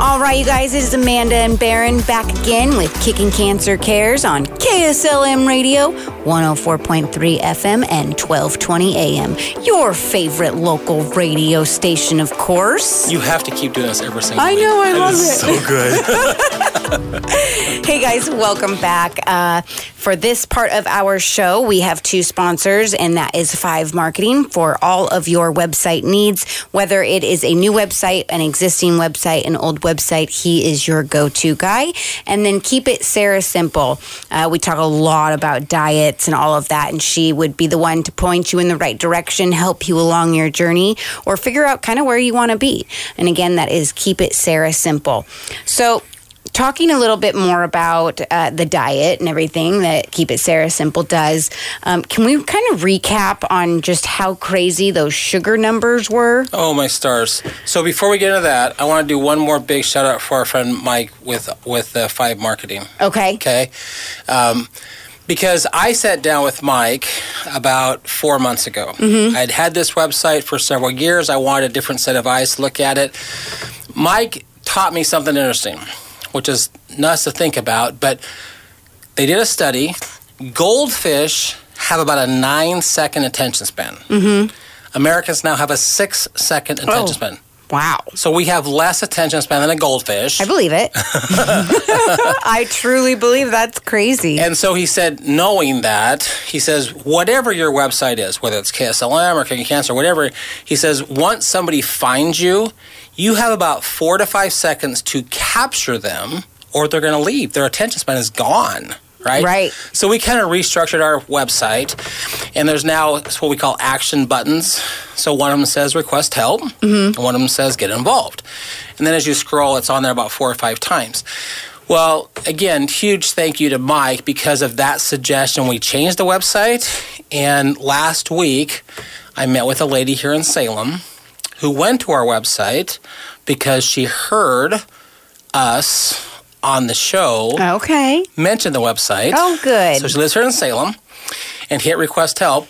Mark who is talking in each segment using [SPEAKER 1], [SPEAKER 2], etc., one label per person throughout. [SPEAKER 1] All right, you guys, it is Amanda and Baron back again with Kicking Cancer Cares on KSLM Radio, 104.3 FM and 1220 AM. Your favorite local radio station, of course.
[SPEAKER 2] You have to keep doing this every single
[SPEAKER 3] I
[SPEAKER 2] week.
[SPEAKER 3] know, I
[SPEAKER 2] That
[SPEAKER 3] love it.
[SPEAKER 2] is so good.
[SPEAKER 1] Hey guys, welcome back. Uh, for this part of our show, we have two sponsors, and that is Five Marketing for all of your website needs. Whether it is a new website, an existing website, an old website, he is your go to guy. And then Keep It Sarah Simple. Uh, we talk a lot about diets and all of that, and she would be the one to point you in the right direction, help you along your journey, or figure out kind of where you want to be. And again, that is Keep It Sarah Simple. So, talking a little bit more about uh, the diet and everything that Keep It Sarah Simple does, um, can we kind of recap on just how crazy those sugar numbers were?
[SPEAKER 2] Oh my stars! So before we get into that, I want to do one more big shout out for our friend Mike with with uh, Five Marketing.
[SPEAKER 1] Okay.
[SPEAKER 2] Okay, um, because I sat down with Mike about four months ago. I'd had this website for several years. I wanted a different set of eyes to look at it. Mike taught me something interesting, which is nuts to think about. But they did a study. Goldfish have about a nine second attention span. Americans now have a six second attention
[SPEAKER 1] Oh.
[SPEAKER 2] span.
[SPEAKER 1] Wow.
[SPEAKER 2] So we have less attention span than a goldfish.
[SPEAKER 1] I believe it. I truly believe that's crazy.
[SPEAKER 2] And so he said, knowing that, he says, whatever your website is, whether it's KSLM or Kicking Cancer, whatever, he says, once somebody finds you, you have about four to five seconds to capture them or they're going to leave. Their attention span is gone, right?
[SPEAKER 1] Right.
[SPEAKER 2] So we kind of restructured our website, and there's now what we call action buttons. So one of them says request help,
[SPEAKER 1] Mm-hmm.
[SPEAKER 2] and one of them says get involved. And then as you scroll, it's on there about four or five times. Well, again, huge thank you to Mike because of that suggestion. We changed the website, and last week I met with a lady here in Salem who went to our website because she heard us on the show
[SPEAKER 1] okay.
[SPEAKER 2] mention the website.
[SPEAKER 1] Oh, good.
[SPEAKER 2] So she lives here in Salem and hit request help.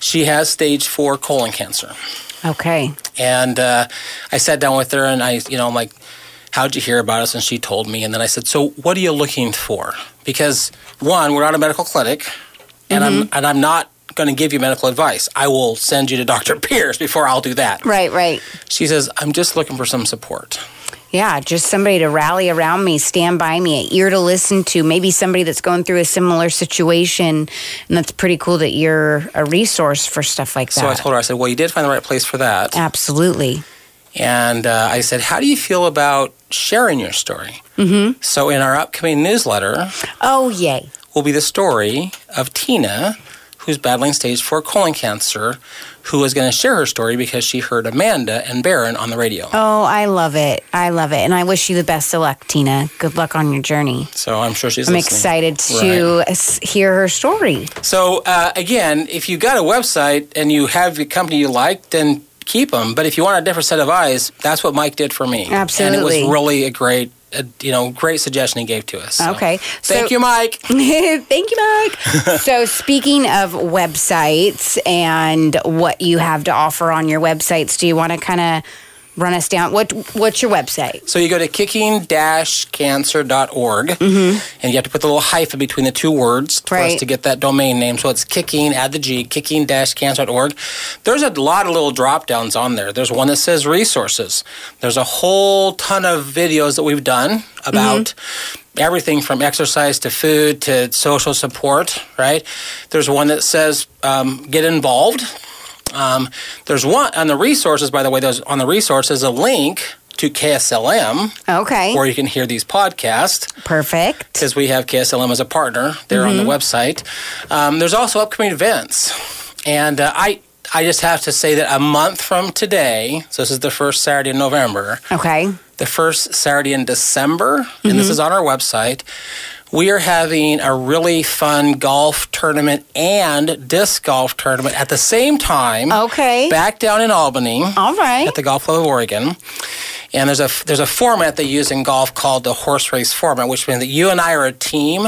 [SPEAKER 2] She has stage four colon cancer.
[SPEAKER 1] Okay.
[SPEAKER 2] And uh, I sat down with her and I, you know, I'm like, how'd you hear about us? And she told me. And then I said, so what are you looking for? Because one, we're not a medical clinic and I'm, and I'm not going to give you medical advice. I will send you to Dr. Pierce before I'll do that.
[SPEAKER 1] Right, right.
[SPEAKER 2] She says, I'm just looking for some support.
[SPEAKER 1] Yeah, just somebody to rally around me, stand by me, an ear to listen to, maybe somebody that's going through a similar situation. And that's pretty cool that you're a resource for stuff like that.
[SPEAKER 2] So I told her, I said, well, you did find the right place for that.
[SPEAKER 1] Absolutely.
[SPEAKER 2] And uh, I said, How do you feel about sharing your story? Mm-hmm. So, in our upcoming newsletter,
[SPEAKER 1] Oh, yay.
[SPEAKER 2] will be the story of Tina, who's battling stage four colon cancer, who is going to share her story because she heard Amanda and Baron on the radio.
[SPEAKER 1] Oh, I love it. I love it. And I wish you the best of luck, Tina. Good luck on your journey.
[SPEAKER 2] So, I'm sure she's
[SPEAKER 1] I'm
[SPEAKER 2] listening.
[SPEAKER 1] excited to s hear her story.
[SPEAKER 2] So, uh, again, if you've got a website and you have a company you like, then keep them. But if you want a different set of eyes, that's what Mike did for me. And it
[SPEAKER 1] Absolutely.
[SPEAKER 2] was really a great, uh you know, great suggestion he gave to us. So
[SPEAKER 1] Okay.
[SPEAKER 2] Thank
[SPEAKER 1] So-
[SPEAKER 2] you, Mike.
[SPEAKER 1] Thank you, Mike. so, speaking of websites and what you have to offer on your websites, do you want to kind of run us down? What What's your website?
[SPEAKER 2] So you go to kicking-cancer.org, and you have to put the little hyphen between the two words for us
[SPEAKER 1] Right.
[SPEAKER 2] to get that domain name. So it's kicking, add the G, kicking-cancer.org. There's a lot of little drop-downs on there. There's one that says resources. There's a whole ton of videos that we've done about everything from exercise to food to social support, right? There's one that says um, get involved. Um, there's one on the resources, by the way, there's on the resources a link to KSLM
[SPEAKER 1] Okay.
[SPEAKER 2] where you can hear these podcasts
[SPEAKER 1] Perfect.
[SPEAKER 2] because we have KSLM as a partner there on the website. Um, there's also upcoming events, and uh, I I just have to say that a month from today, so this is the first Saturday in November,
[SPEAKER 1] Okay.
[SPEAKER 2] the first Saturday in December, and this is on our website. We are having a really fun golf tournament and disc golf tournament at the same time.
[SPEAKER 1] Oh. Okay.
[SPEAKER 2] Back down in Albany
[SPEAKER 1] All right.
[SPEAKER 2] at the Golf Club of Oregon. And there's a there's a format they use in golf called the horse race format, which means that you and I are a team,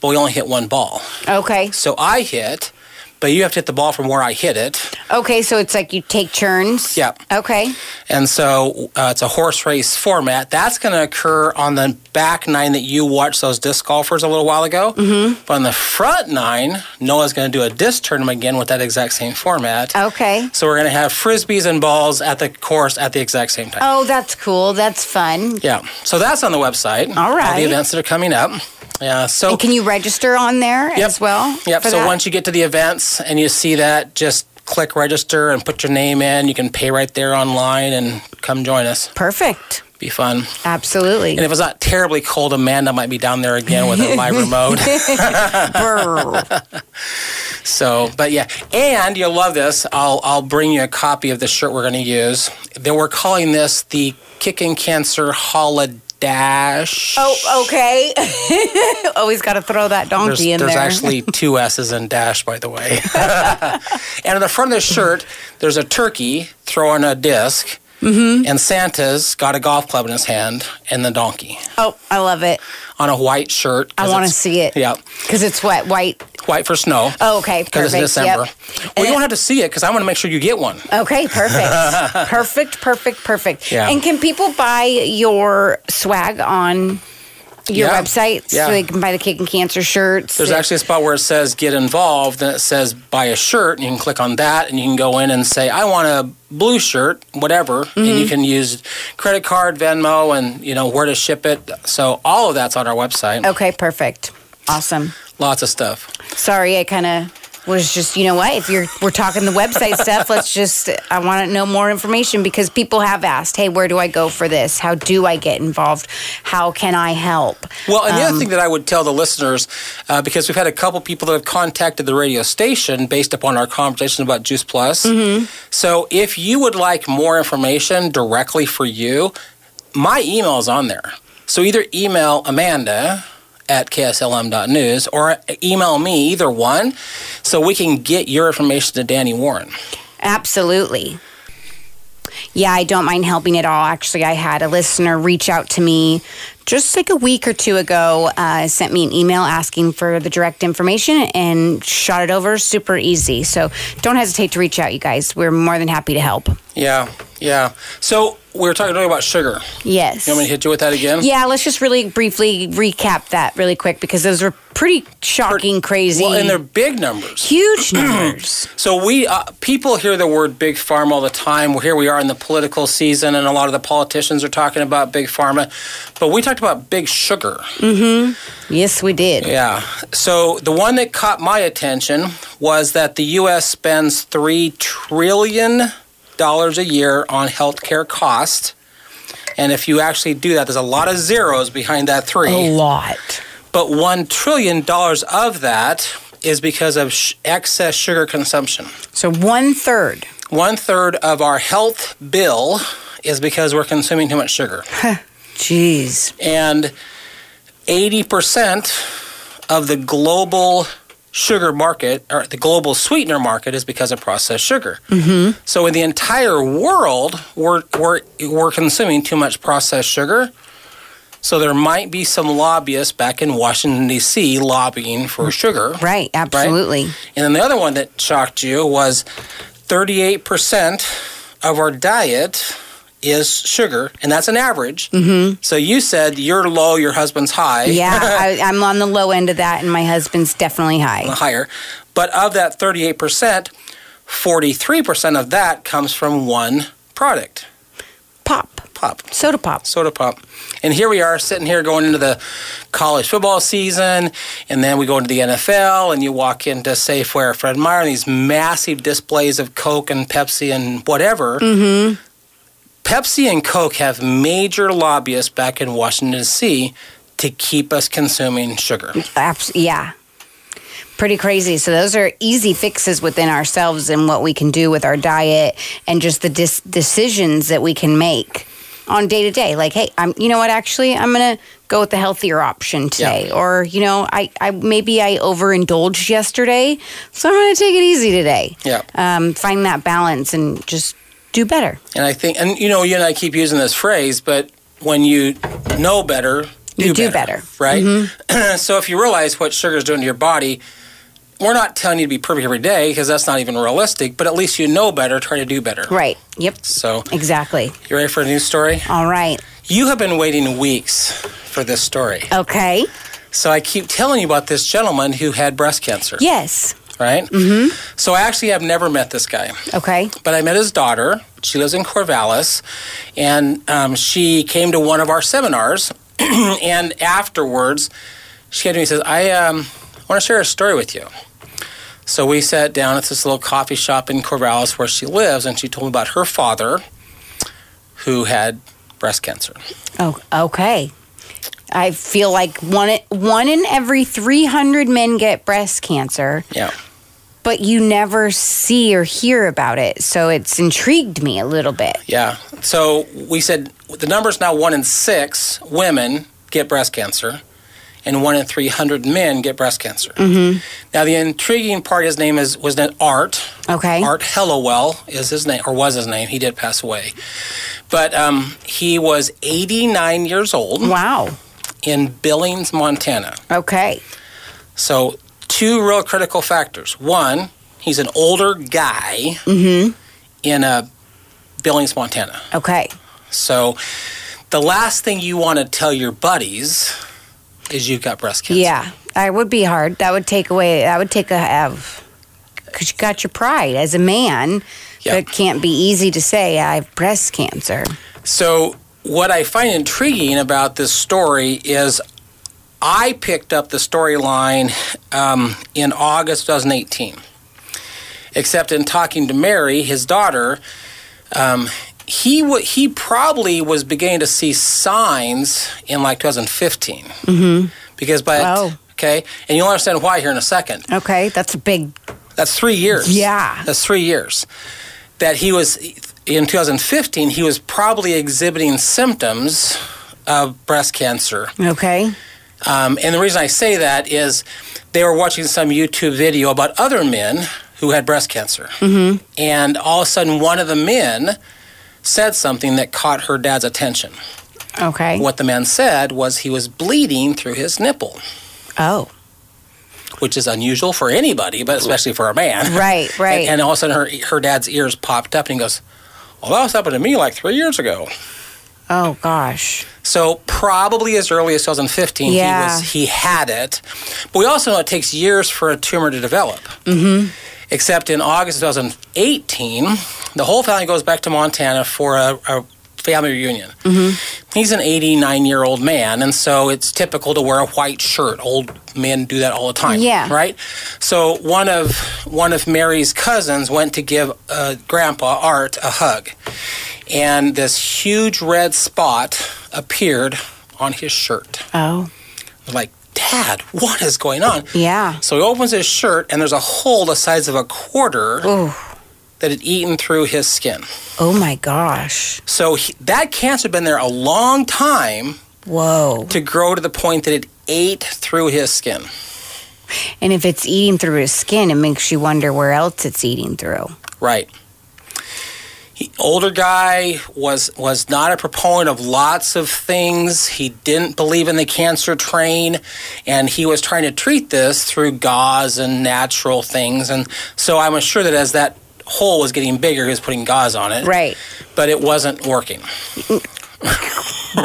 [SPEAKER 2] but we only hit one ball.
[SPEAKER 1] Okay.
[SPEAKER 2] So I hit, but you have to hit the ball from where I hit it.
[SPEAKER 1] Okay, so it's like you take turns.
[SPEAKER 2] Yep.
[SPEAKER 1] Okay.
[SPEAKER 2] And so uh, it's a horse race format. That's going to occur on the back nine that you watched those disc golfers a little while ago. Mm-hmm. But on the front nine, Noah's going to do a disc tournament again with that exact same
[SPEAKER 1] Uh
[SPEAKER 2] format.
[SPEAKER 1] Okay.
[SPEAKER 2] So we're going to have frisbees and balls at the course at the exact same time.
[SPEAKER 1] Oh, that's cool. That's fun.
[SPEAKER 2] Yeah. So that's on the website.
[SPEAKER 1] All
[SPEAKER 2] All
[SPEAKER 1] right.
[SPEAKER 2] the events that are coming up. Yeah. So
[SPEAKER 1] And can you register on there as well?
[SPEAKER 2] Yep.
[SPEAKER 1] for
[SPEAKER 2] So
[SPEAKER 1] that?
[SPEAKER 2] once you get to the events and you see that, just click register and put your name in. You can pay right there online and come join us.
[SPEAKER 1] Perfect.
[SPEAKER 2] Be fun.
[SPEAKER 1] Absolutely.
[SPEAKER 2] And if it's not terribly cold, Amanda might be down there again with a live remote.
[SPEAKER 1] Brr.
[SPEAKER 2] So, but yeah, and you'll love this. I'll I'll bring you a copy of the shirt we're going to use. Then we're calling this the Kicking Cancer Holodash.
[SPEAKER 1] oh, okay. Always got to throw that
[SPEAKER 2] There's,
[SPEAKER 1] donkey in
[SPEAKER 2] there's
[SPEAKER 1] there.
[SPEAKER 2] actually two S's in dash, by the way. and on the front of the shirt, there's a turkey throwing a disk
[SPEAKER 1] Mm-hmm.
[SPEAKER 2] and Santa's got a golf club in his hand, and the donkey
[SPEAKER 1] oh, I love it
[SPEAKER 2] on a white shirt. 'cause
[SPEAKER 1] I wanna
[SPEAKER 2] it's-
[SPEAKER 1] see it.
[SPEAKER 2] Yeah,
[SPEAKER 1] because it's what white.
[SPEAKER 2] white for snow.
[SPEAKER 1] Oh, okay,
[SPEAKER 2] Because
[SPEAKER 1] perfect.
[SPEAKER 2] it's December.
[SPEAKER 1] Yep.
[SPEAKER 2] Well, you don't have to see it because I want to make sure you get one.
[SPEAKER 1] Okay, perfect, perfect, perfect, perfect.
[SPEAKER 2] Yeah.
[SPEAKER 1] And can people buy your swag on your
[SPEAKER 2] Yeah.
[SPEAKER 1] website
[SPEAKER 2] Yeah.
[SPEAKER 1] so they can buy the Kick and Cancer shirts?
[SPEAKER 2] There's actually a spot where it says get involved, and it says buy a shirt, and you can click on that, and you can go in and say I want a blue shirt, whatever, and you can use credit card, Venmo, and you know where to ship it. So all of that's on our website.
[SPEAKER 1] okay, perfect, awesome.
[SPEAKER 2] Lots of stuff.
[SPEAKER 1] Sorry, I kind of was just, you know what? If you're we're talking the website stuff, let's just I want to know more information because people have asked, "Hey, where do I go for this? How do I get involved? How can I help?"
[SPEAKER 2] Well, and the other thing that I would tell the listeners, uh, because we've had a couple people that have contacted the radio station based upon our conversation about Juice Plus. So if you would like more information directly for you, my email is on there. So either email Amanda at kslm.news or email me, either one, so we can get your information to Danny Warren.
[SPEAKER 1] Absolutely. Yeah, I don't mind helping at all. Actually, I had a listener reach out to me just like a week or two ago, uh, sent me an email asking for the direct information and shot it over super easy. So don't hesitate to reach out, you guys. We're more than happy to help.
[SPEAKER 2] Yeah, yeah. So we were talking earlier about sugar.
[SPEAKER 1] Yes.
[SPEAKER 2] You want me to hit you with that again?
[SPEAKER 1] Yeah, let's just really briefly recap that really quick because those were pretty shocking, crazy,
[SPEAKER 2] Well, and they're big numbers.
[SPEAKER 1] huge numbers.
[SPEAKER 2] So we uh, people hear the word big pharma all the time. Well, here we are in the political season, and a lot of the politicians are talking about big pharma, but we talked about big sugar.
[SPEAKER 1] yes, we did.
[SPEAKER 2] Yeah. So the one that caught my attention was that the U.S. spends three trillion dollars a year on healthcare cost, and if you actually do that, there's a lot of zeros behind that three.
[SPEAKER 1] A lot.
[SPEAKER 2] But one trillion dollars of that is because of sh- excess sugar consumption.
[SPEAKER 1] So one third.
[SPEAKER 2] One third of our health bill is because we're consuming too much sugar.
[SPEAKER 1] Jeez.
[SPEAKER 2] And 80% of the global sugar market, or the global sweetener market, is because of processed sugar. Mm-hmm. So in the entire world, we're, we're, we're consuming too much processed sugar. So there might be some lobbyists back in Washington, D.C. lobbying for sugar.
[SPEAKER 1] Right. Absolutely.
[SPEAKER 2] And then the other one that shocked you was 38% of our diet is sugar, and that's an average. Mm-hmm. So you said you're low, your husband's high.
[SPEAKER 1] Yeah, I, I'm on the low end of that, and my husband's definitely high.
[SPEAKER 2] higher. But of that 38%, 43% of that comes from one product
[SPEAKER 1] Pop,
[SPEAKER 2] pop.
[SPEAKER 1] soda pop.
[SPEAKER 2] soda pop. And here we are sitting here going into the college football season, and then we go into the NFL, and you walk into Safeway or Fred Meyer, and these massive displays of Coke and Pepsi and whatever. Mm-hmm. Pepsi and Coke have major lobbyists back in Washington, D.C. to keep us consuming sugar.
[SPEAKER 1] Abs- yeah. Pretty crazy. So those are easy fixes within ourselves and what we can do with our diet and just the dis- decisions that we can make on day to day. Like, hey, I'm you know what actually I'm going to go with the healthier option today or you know, I I maybe I overindulged yesterday, so I'm going to take it easy today.
[SPEAKER 2] Yeah.
[SPEAKER 1] Um find that balance and just do better.
[SPEAKER 2] And I think, and you know, you and I keep using this phrase, but when you know better,
[SPEAKER 1] You do better. Mm-hmm.
[SPEAKER 2] right? so if you realize what sugar is doing to your body, we're not telling you to be perfect every day because that's not even realistic, but at least you know better, try to do better.
[SPEAKER 1] Right. Yep.
[SPEAKER 2] So,
[SPEAKER 1] Exactly.
[SPEAKER 2] you ready for a new story?
[SPEAKER 1] All right.
[SPEAKER 2] You have been waiting weeks for this story.
[SPEAKER 1] Okay.
[SPEAKER 2] So, I keep telling you about this gentleman who had breast cancer,
[SPEAKER 1] Yes.
[SPEAKER 2] right? Mm-hmm. So, I actually have never met this guy.
[SPEAKER 1] Okay.
[SPEAKER 2] But I met his daughter. She lives in Corvallis, and um, she came to one of our seminars. and afterwards, she came to me and says, "I um, want to share a story with you." So we sat down at this little coffee shop in Corvallis where she lives, and she told me about her father, who had breast cancer.
[SPEAKER 1] Oh, okay. I feel like one one in every 300 men get breast cancer,
[SPEAKER 2] Yeah,
[SPEAKER 1] but you never see or hear about it. So it's intrigued me a little bit.
[SPEAKER 2] yeah. So we said the number's now one in six women get breast cancer, and one in three hundred men get breast cancer. Now, the intriguing part, his name is was that Art.
[SPEAKER 1] Okay.
[SPEAKER 2] Art Hellowell is his name, or was his name. He did pass away. But um, he was 89 years old
[SPEAKER 1] Wow.
[SPEAKER 2] in Billings, Montana.
[SPEAKER 1] Okay.
[SPEAKER 2] So, two real critical factors. One, he's an older guy in uh, Billings, Montana.
[SPEAKER 1] Okay.
[SPEAKER 2] So, the last thing you want to tell your buddies is you've got breast cancer.
[SPEAKER 1] Yeah. That would be hard. That would take away, that would take a have. Because you got your pride as a man.
[SPEAKER 2] Yeah.
[SPEAKER 1] It can't be easy to say, I have breast cancer.
[SPEAKER 2] So, what I find intriguing about this story is I picked up the storyline um, in August 2018. Except in talking to Mary, his daughter, um, he wa he probably was beginning to see signs in like 2015. Mm-hmm. Because by
[SPEAKER 1] Wow.
[SPEAKER 2] okay, and you'll understand why here in a second.
[SPEAKER 1] Okay. That's a big,
[SPEAKER 2] That's three years.
[SPEAKER 1] Yeah.
[SPEAKER 2] That's three years. That he was, in 2015, he was probably exhibiting symptoms of breast cancer.
[SPEAKER 1] okay.
[SPEAKER 2] Um, and the reason I say that is they were watching some YouTube video about other men who had breast cancer. Mm-hmm. And all of a sudden, one of the men said something that caught her dad's attention.
[SPEAKER 1] Okay.
[SPEAKER 2] What the man said was he was bleeding through his nipple,
[SPEAKER 1] Oh,
[SPEAKER 2] which is unusual for anybody, but especially for a man.
[SPEAKER 1] right, right.
[SPEAKER 2] And, and all of a sudden, her her dad's ears popped up, and he goes, "Well, that was happened to me like three years ago."
[SPEAKER 1] oh, gosh.
[SPEAKER 2] So probably as early as 2015,
[SPEAKER 1] Yeah.
[SPEAKER 2] he was he had it. But we also know it takes years for a tumor to develop. Mm-hmm. Except in August 2018, the whole family goes back to Montana for a. a Family reunion. Mm-hmm. He's an 89 year old man, and so it's typical to wear a white shirt. Old men do that all the time.
[SPEAKER 1] Yeah.
[SPEAKER 2] Right. So one of one of Mary's cousins went to give uh, Grandpa Art a hug, and this huge red spot appeared on his shirt.
[SPEAKER 1] Oh,
[SPEAKER 2] Like, Dad, what is going on?
[SPEAKER 1] yeah.
[SPEAKER 2] So he opens his shirt, and there's a hole the size of a quarter
[SPEAKER 1] Oh,
[SPEAKER 2] that had eaten through his skin.
[SPEAKER 1] oh my gosh.
[SPEAKER 2] So he, that cancer had been there a long time
[SPEAKER 1] Whoa.
[SPEAKER 2] to grow to the point that it ate through his skin.
[SPEAKER 1] And if it's eating through his skin, it makes you wonder where else it's eating through.
[SPEAKER 2] Right. He, older guy was was not a proponent of lots of things. He didn't believe in the cancer train, and he was trying to treat this through gauze and natural things. And so I'm sure that as that hole was getting bigger, he was putting gauze on it.
[SPEAKER 1] Right.
[SPEAKER 2] But it wasn't working.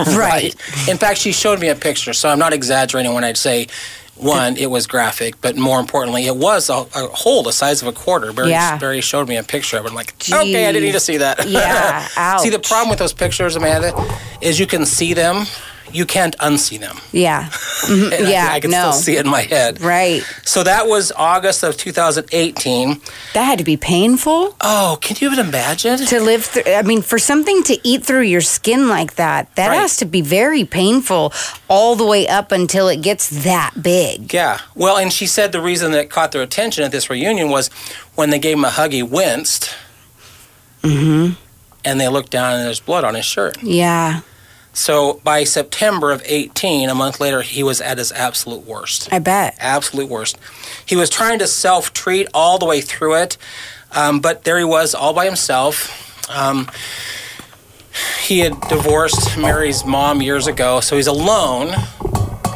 [SPEAKER 1] Right.
[SPEAKER 2] In fact, she showed me a picture, so I'm not exaggerating when I say. One, it was graphic, but more importantly, it was a, a hole the size of a quarter. Barry,
[SPEAKER 1] Yeah.
[SPEAKER 2] Barry showed me a picture of it. I'm like, okay, I didn't need to
[SPEAKER 1] Jeez.
[SPEAKER 2] see that.
[SPEAKER 1] Yeah,
[SPEAKER 2] See, the
[SPEAKER 1] ouch.
[SPEAKER 2] problem with those pictures, Amanda, is you can see them, you can't unsee them.
[SPEAKER 1] Yeah. Mhm.
[SPEAKER 2] And I-
[SPEAKER 1] yeah.
[SPEAKER 2] I, can
[SPEAKER 1] no.
[SPEAKER 2] still see it in my head.
[SPEAKER 1] Right.
[SPEAKER 2] So that was August of 2018.
[SPEAKER 1] That had to be painful
[SPEAKER 2] Oh, can you even imagine?
[SPEAKER 1] to live through. I mean, for something to eat through your skin like that, that
[SPEAKER 2] Right.
[SPEAKER 1] has to be very painful all the way up until it gets that big.
[SPEAKER 2] Yeah. Well, and she said the reason that caught their attention at this reunion was when they gave him a hug, he winced. Mm-hmm. And they looked down and there's blood on his shirt.
[SPEAKER 1] Mm-hmm. Yeah.
[SPEAKER 2] So by September of 18, a month later, he was at his absolute worst.
[SPEAKER 1] I bet.
[SPEAKER 2] absolute worst. He was trying to self treat all the way through it, um, but there he was all by himself. Um, he had divorced Mary's mom years ago, so he's alone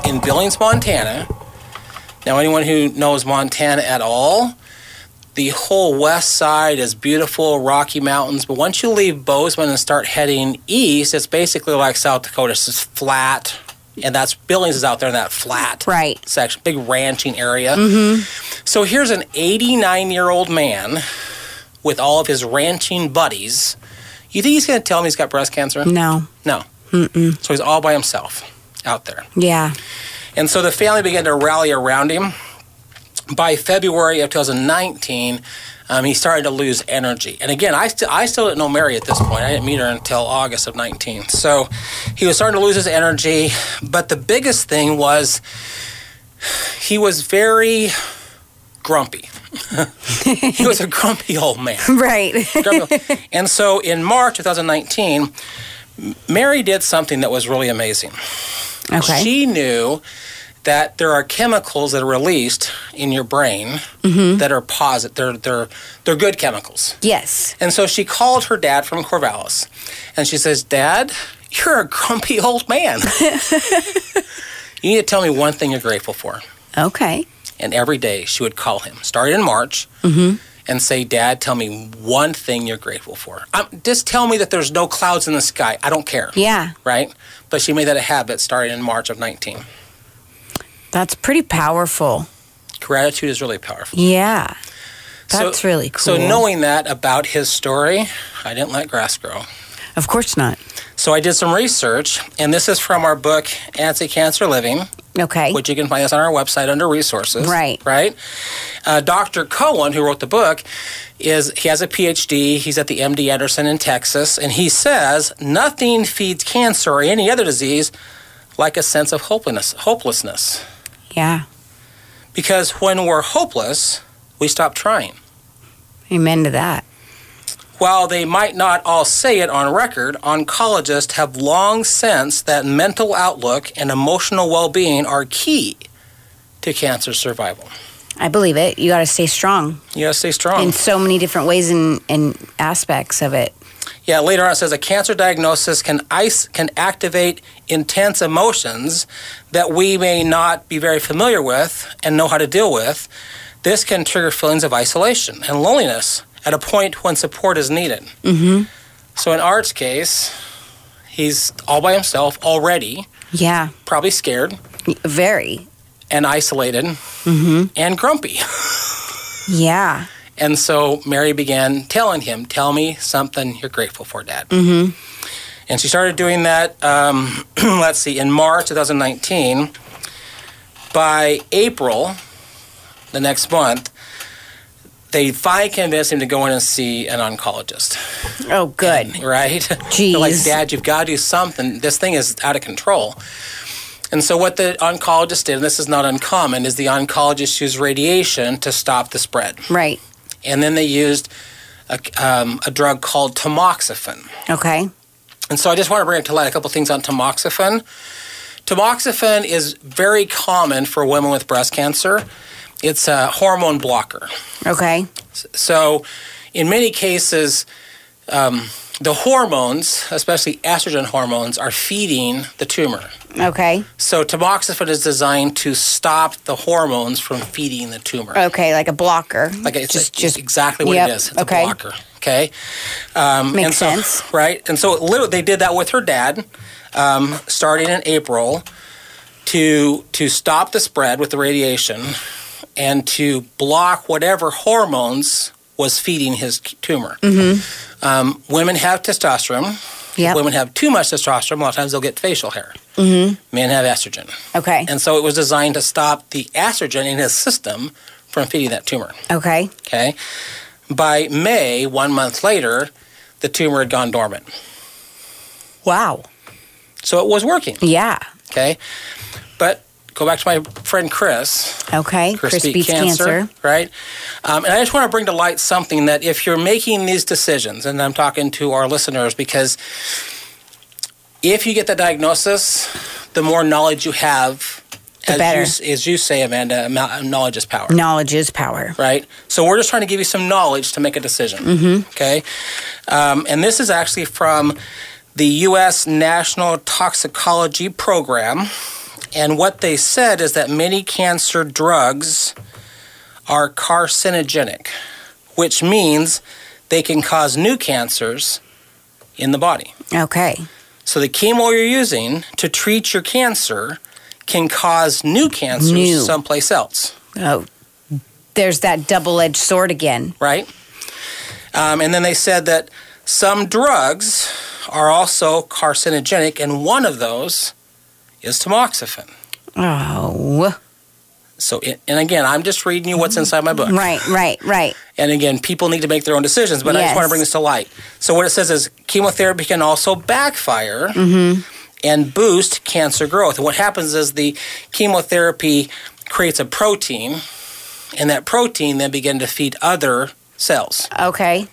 [SPEAKER 2] in Billings, Montana, Now, anyone who knows Montana at all, the whole west side is beautiful, Rocky Mountains. But once you leave Bozeman and start heading east, it's basically like South Dakota. It's just flat, and that's Billings is out there in that flat
[SPEAKER 1] Right.
[SPEAKER 2] section, big ranching area. So here's an 89 year old man with all of his ranching buddies. You think he's going to tell me he's got breast cancer?
[SPEAKER 1] No.
[SPEAKER 2] No. So he's all by himself out there.
[SPEAKER 1] Yeah.
[SPEAKER 2] And so the family began to rally around him. By February of 2019, um, he started to lose energy. And again, I, st- I still didn't know Mary at this point. I didn't meet her until August of 19. So he was starting to lose his energy. But the biggest thing was he was very grumpy. he was a grumpy old man.
[SPEAKER 1] Right.
[SPEAKER 2] and so in March 2019, M- Mary did something that was really amazing.
[SPEAKER 1] okay.
[SPEAKER 2] She knew that there are chemicals that are released in your brain
[SPEAKER 1] Mm-hmm.
[SPEAKER 2] that are positive. They're they're they're good chemicals.
[SPEAKER 1] yes.
[SPEAKER 2] And so she called her dad from Corvallis, and she says, "Dad, you're a grumpy old man. you need to tell me one thing you're grateful for."
[SPEAKER 1] Okay.
[SPEAKER 2] And every day she would call him, starting in March,
[SPEAKER 1] Mm-hmm.
[SPEAKER 2] and say, "Dad, tell me one thing you're grateful for. Um, just tell me that there's no clouds in the sky. I don't care."
[SPEAKER 1] Yeah.
[SPEAKER 2] Right? But she made that a habit starting in March of 19.
[SPEAKER 1] That's pretty powerful.
[SPEAKER 2] gratitude is really powerful.
[SPEAKER 1] Yeah. That's
[SPEAKER 2] so,
[SPEAKER 1] really cool.
[SPEAKER 2] So knowing that about his story, I didn't let grass grow.
[SPEAKER 1] Of course not.
[SPEAKER 2] So I did some research, and this is from our book Anti Cancer Living,
[SPEAKER 1] Okay.
[SPEAKER 2] which you can find us on our website under resources.
[SPEAKER 1] Right.
[SPEAKER 2] Right. Uh, Dr. Cohen, who wrote the book, is he has a PhD. He's at the MD Anderson in Texas, and he says nothing feeds cancer or any other disease like a sense of hopelessness. Hopelessness.
[SPEAKER 1] yeah.
[SPEAKER 2] Because when we're hopeless, we stop trying.
[SPEAKER 1] Amen to that.
[SPEAKER 2] While they might not all say it on record, oncologists have long sensed that mental outlook and emotional well being are key to cancer survival.
[SPEAKER 1] I believe it. You got to stay strong
[SPEAKER 2] You gotta stay strong.
[SPEAKER 1] in so many different ways and, and aspects of it.
[SPEAKER 2] yeah, later on it says a cancer diagnosis can ice can activate intense emotions that we may not be very familiar with and know how to deal with. This can trigger feelings of isolation and loneliness at a point when support is needed.
[SPEAKER 1] Mm-hmm.
[SPEAKER 2] So in Art's case, he's all by himself already.
[SPEAKER 1] Yeah.
[SPEAKER 2] probably scared
[SPEAKER 1] Very.
[SPEAKER 2] and isolated
[SPEAKER 1] Mm-hmm.
[SPEAKER 2] and grumpy.
[SPEAKER 1] Yeah.
[SPEAKER 2] And so Mary began telling him, Tell me something you're grateful for, Dad.
[SPEAKER 1] Mm-hmm.
[SPEAKER 2] And she started doing that, um, let's see, in March 2019. By April, the next month, they finally convinced him to go in and see an oncologist.
[SPEAKER 1] Oh, good.
[SPEAKER 2] right?
[SPEAKER 1] Jeez.
[SPEAKER 2] They're like, Dad, you've got to do something. This thing is out of control. And so, what the oncologist did, and this is not uncommon, is the oncologist used radiation to stop the spread.
[SPEAKER 1] Right.
[SPEAKER 2] And then they used a, um, a drug called tamoxifen.
[SPEAKER 1] Okay.
[SPEAKER 2] And so, I just want to bring up to light a couple things on tamoxifen. Tamoxifen is very common for women with breast cancer, it's a hormone blocker.
[SPEAKER 1] Okay.
[SPEAKER 2] So, in many cases, um, the hormones, especially estrogen hormones, are feeding the tumor.
[SPEAKER 1] Okay.
[SPEAKER 2] So, tamoxifen is designed to stop the hormones from feeding the tumor.
[SPEAKER 1] Okay. Like a blocker.
[SPEAKER 2] like it's
[SPEAKER 1] Uh, just,
[SPEAKER 2] it's
[SPEAKER 1] just
[SPEAKER 2] exactly what
[SPEAKER 1] yep,
[SPEAKER 2] it is. It's
[SPEAKER 1] okay.
[SPEAKER 2] a blocker. Okay. Um,
[SPEAKER 1] Makes
[SPEAKER 2] and so,
[SPEAKER 1] sense.
[SPEAKER 2] Right. And so, literally, they did that with her dad, um, starting in April, to to stop the spread with the radiation, and to block whatever hormones was feeding his tumor. Um, women have testosterone.
[SPEAKER 1] Yep.
[SPEAKER 2] Women have too much testosterone. A lot of times they'll get facial hair. Men have estrogen.
[SPEAKER 1] Okay.
[SPEAKER 2] And so it was designed to stop the estrogen in his system from feeding that tumor.
[SPEAKER 1] Okay.
[SPEAKER 2] Okay. By May, one month later, the tumor had gone dormant.
[SPEAKER 1] Wow.
[SPEAKER 2] So it was working.
[SPEAKER 1] Yeah.
[SPEAKER 2] Okay. But go back to my friend Chris,
[SPEAKER 1] Okay.
[SPEAKER 2] Chris
[SPEAKER 1] Crispy
[SPEAKER 2] beat cancer, right? Um, and I just want to bring to light something that if you're making these decisions, and I'm talking to our listeners because if you get the diagnosis, the more knowledge you have,
[SPEAKER 1] The
[SPEAKER 2] as,
[SPEAKER 1] better.
[SPEAKER 2] You, s- as you say, Amanda, amou- knowledge is power.
[SPEAKER 1] Knowledge is power.
[SPEAKER 2] right? So we're just trying to give you some knowledge to make a decision. Mm-hmm. Okay, um, and this is actually from the U.S. National Toxicology Program, And what they said is that many cancer drugs are carcinogenic, which means they can cause new cancers in the body.
[SPEAKER 1] Okay.
[SPEAKER 2] So the chemo you're using to treat your cancer can cause new cancers
[SPEAKER 1] New.
[SPEAKER 2] someplace else,
[SPEAKER 1] Oh, there's that double edged sword again.
[SPEAKER 2] right? Um, and then they said that some drugs are also carcinogenic, and one of those is tamoxifen.
[SPEAKER 1] Oh,
[SPEAKER 2] So, it, and again, I'm just reading you what's inside my book.
[SPEAKER 1] right, right, right.
[SPEAKER 2] And again, people need to make their own decisions, but I just
[SPEAKER 1] Yes.
[SPEAKER 2] want to bring this to light. So, what it says is chemotherapy can also backfire
[SPEAKER 1] Mm-hmm.
[SPEAKER 2] and boost cancer growth. And what happens is the chemotherapy creates a protein, and that protein then begin to feed other cells.
[SPEAKER 1] Okay.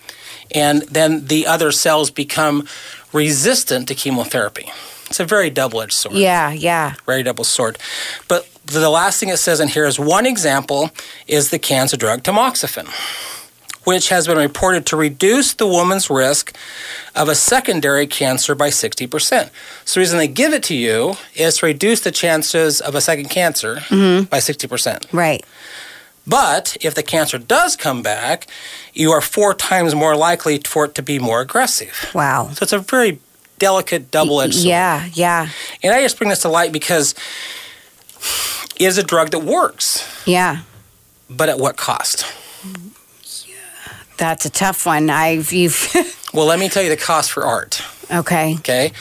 [SPEAKER 2] And then the other cells become resistant to chemotherapy. It's a very double edged sword
[SPEAKER 1] Yeah, yeah.
[SPEAKER 2] very double sword. But the last thing it says in here is one example is the cancer drug tamoxifen, which has been reported to reduce the woman's risk of a secondary cancer by 60%. So the reason they give it to you is to reduce the chances of a second cancer by 60%.
[SPEAKER 1] Right.
[SPEAKER 2] But if the cancer does come back, you are four times more likely for it to be more aggressive.
[SPEAKER 1] Wow.
[SPEAKER 2] So it's a very delicate double edged sword.
[SPEAKER 1] Yeah, yeah,
[SPEAKER 2] And I just bring this to light because it is a drug that works,
[SPEAKER 1] yeah.
[SPEAKER 2] but at what cost?
[SPEAKER 1] That's a tough one. I've, you've,
[SPEAKER 2] Well, let me tell you the cost for art,
[SPEAKER 1] okay.
[SPEAKER 2] okay?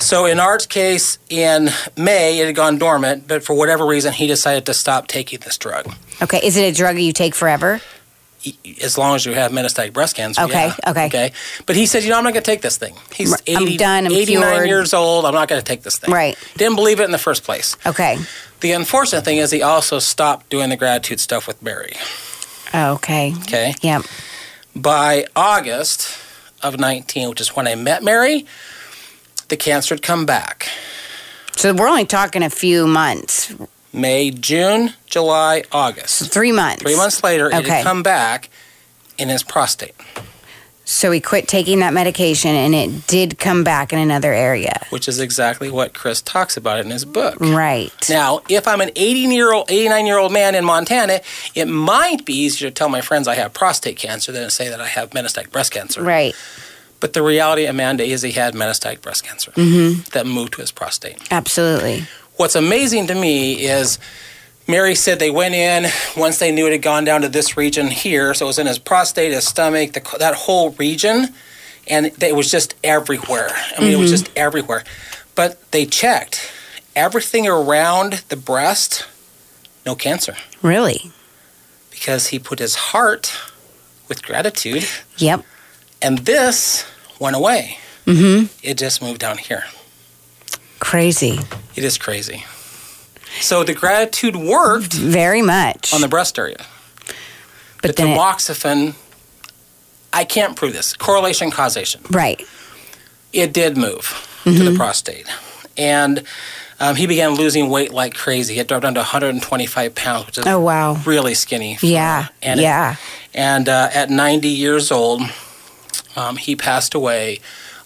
[SPEAKER 2] So, in Art's case, in May, it had gone dormant, but for whatever reason, he decided to stop taking this drug.
[SPEAKER 1] Okay. Is it a drug you take forever?
[SPEAKER 2] E- As long as you have metastatic breast cancer.
[SPEAKER 1] Okay,
[SPEAKER 2] yeah,
[SPEAKER 1] okay.
[SPEAKER 2] Okay. But he said, you know, I'm not going to take this thing. He's
[SPEAKER 1] Right,
[SPEAKER 2] 80,
[SPEAKER 1] I'm done, I'm
[SPEAKER 2] 89
[SPEAKER 1] cured.
[SPEAKER 2] years old. I'm not going to take this thing.
[SPEAKER 1] Right.
[SPEAKER 2] Didn't believe it in the first place.
[SPEAKER 1] Okay.
[SPEAKER 2] The unfortunate thing is, he also stopped doing the gratitude stuff with Barry,
[SPEAKER 1] Okay.
[SPEAKER 2] okay?
[SPEAKER 1] Yep.
[SPEAKER 2] by August of 19, which is when I met Mary, the cancer had come back.
[SPEAKER 1] So we're only talking a few months,
[SPEAKER 2] May, June, July, August.
[SPEAKER 1] three months.
[SPEAKER 2] Three months later, it
[SPEAKER 1] Okay.
[SPEAKER 2] had come back in his prostate,
[SPEAKER 1] So he quit taking that medication and it did come back in another area.
[SPEAKER 2] which is exactly what Chris talks about in his book.
[SPEAKER 1] Right.
[SPEAKER 2] Now, if I'm an 80 year old, 89 year old man in Montana, it might be easier to tell my friends I have prostate cancer than to say that I have metastatic breast cancer.
[SPEAKER 1] Right.
[SPEAKER 2] But the reality, Amanda, is he had metastatic breast cancer that moved to his prostate.
[SPEAKER 1] Absolutely.
[SPEAKER 2] What's amazing to me is Mary said they went in once they knew it had gone down to this region here, so it was in his prostate, his stomach, the, that whole region, and they- it was just everywhere. I mean, it was just everywhere. But they checked everything around the breast, no cancer,
[SPEAKER 1] Really?
[SPEAKER 2] because he put his heart with gratitude,
[SPEAKER 1] Yep.
[SPEAKER 2] and this went away.
[SPEAKER 1] Mm hmm.
[SPEAKER 2] It just moved down here.
[SPEAKER 1] Crazy.
[SPEAKER 2] It is crazy. So the gratitude worked
[SPEAKER 1] Very much.
[SPEAKER 2] on the breast area.
[SPEAKER 1] but
[SPEAKER 2] the
[SPEAKER 1] then it-
[SPEAKER 2] tamoxifen, I can't prove this. Correlation causation.
[SPEAKER 1] right.
[SPEAKER 2] It did move to
[SPEAKER 1] Mm-hmm.
[SPEAKER 2] the prostate, and um, he began losing weight like crazy. It dropped down to 125 pounds, which is
[SPEAKER 1] Oh, wow.
[SPEAKER 2] really skinny. for-
[SPEAKER 1] Yeah.
[SPEAKER 2] and it-
[SPEAKER 1] yeah.
[SPEAKER 2] and uh, at 90 years old, um, he passed away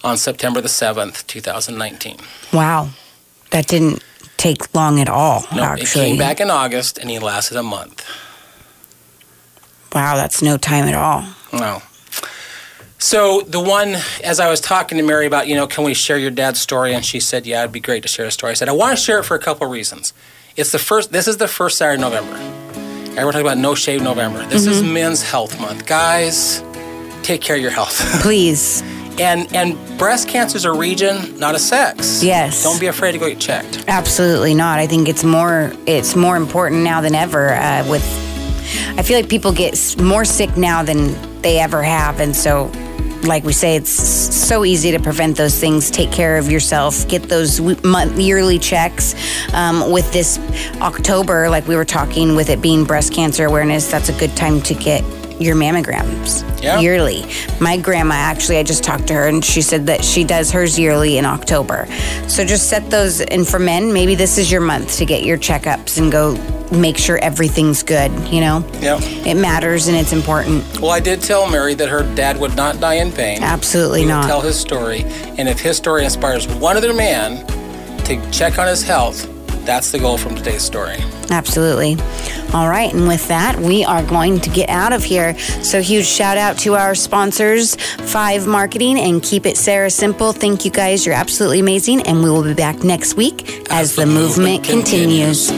[SPEAKER 2] on September the 7th, 2019.
[SPEAKER 1] Wow. That didn't take long at all,
[SPEAKER 2] No,
[SPEAKER 1] actually.
[SPEAKER 2] it came back in August, and he lasted a month.
[SPEAKER 1] Wow, that's no time at all.
[SPEAKER 2] No. So the one, as I was talking to Mary about, you know, can we share your dad's story? And she said, yeah, it'd be great to share the story. I said, I want to share it for a couple of reasons. It's the first. This is the first Saturday of November. And we're talking about No Shave November. This is Men's Health Month, guys. Take care of your health.
[SPEAKER 1] Please.
[SPEAKER 2] and and breast cancer is a region, not a sex.
[SPEAKER 1] Yes.
[SPEAKER 2] Don't be afraid to go get checked.
[SPEAKER 1] Absolutely not. I think it's more it's more important now than ever. Uh, with I feel like people get s- more sick now than they ever have, and so like we say, it's s- so easy to prevent those things. Take care of yourself. Get those w- month, yearly checks. Um, with this October, like we were talking, with it being Breast Cancer Awareness, that's a good time to get your mammograms
[SPEAKER 2] Yeah.
[SPEAKER 1] yearly. My grandma actually, I just talked to her and she said that she does hers yearly in October. So just set those, and for men, maybe this is your month to get your checkups and go make sure everything's good, you know?
[SPEAKER 2] Yeah.
[SPEAKER 1] It matters and it's important.
[SPEAKER 2] Well, I did tell Mary that her dad would not die in pain.
[SPEAKER 1] Absolutely
[SPEAKER 2] will tell
[SPEAKER 1] not.
[SPEAKER 2] his story. And if his story inspires one other man to check on his health, That's the goal from today's story.
[SPEAKER 1] Absolutely. All right. And with that, we are going to get out of here. So, huge shout out to our sponsors, Five Marketing and Keep It Sarah Simple. Thank you guys. You're absolutely amazing. And we will be back next week as, the, movement, continues.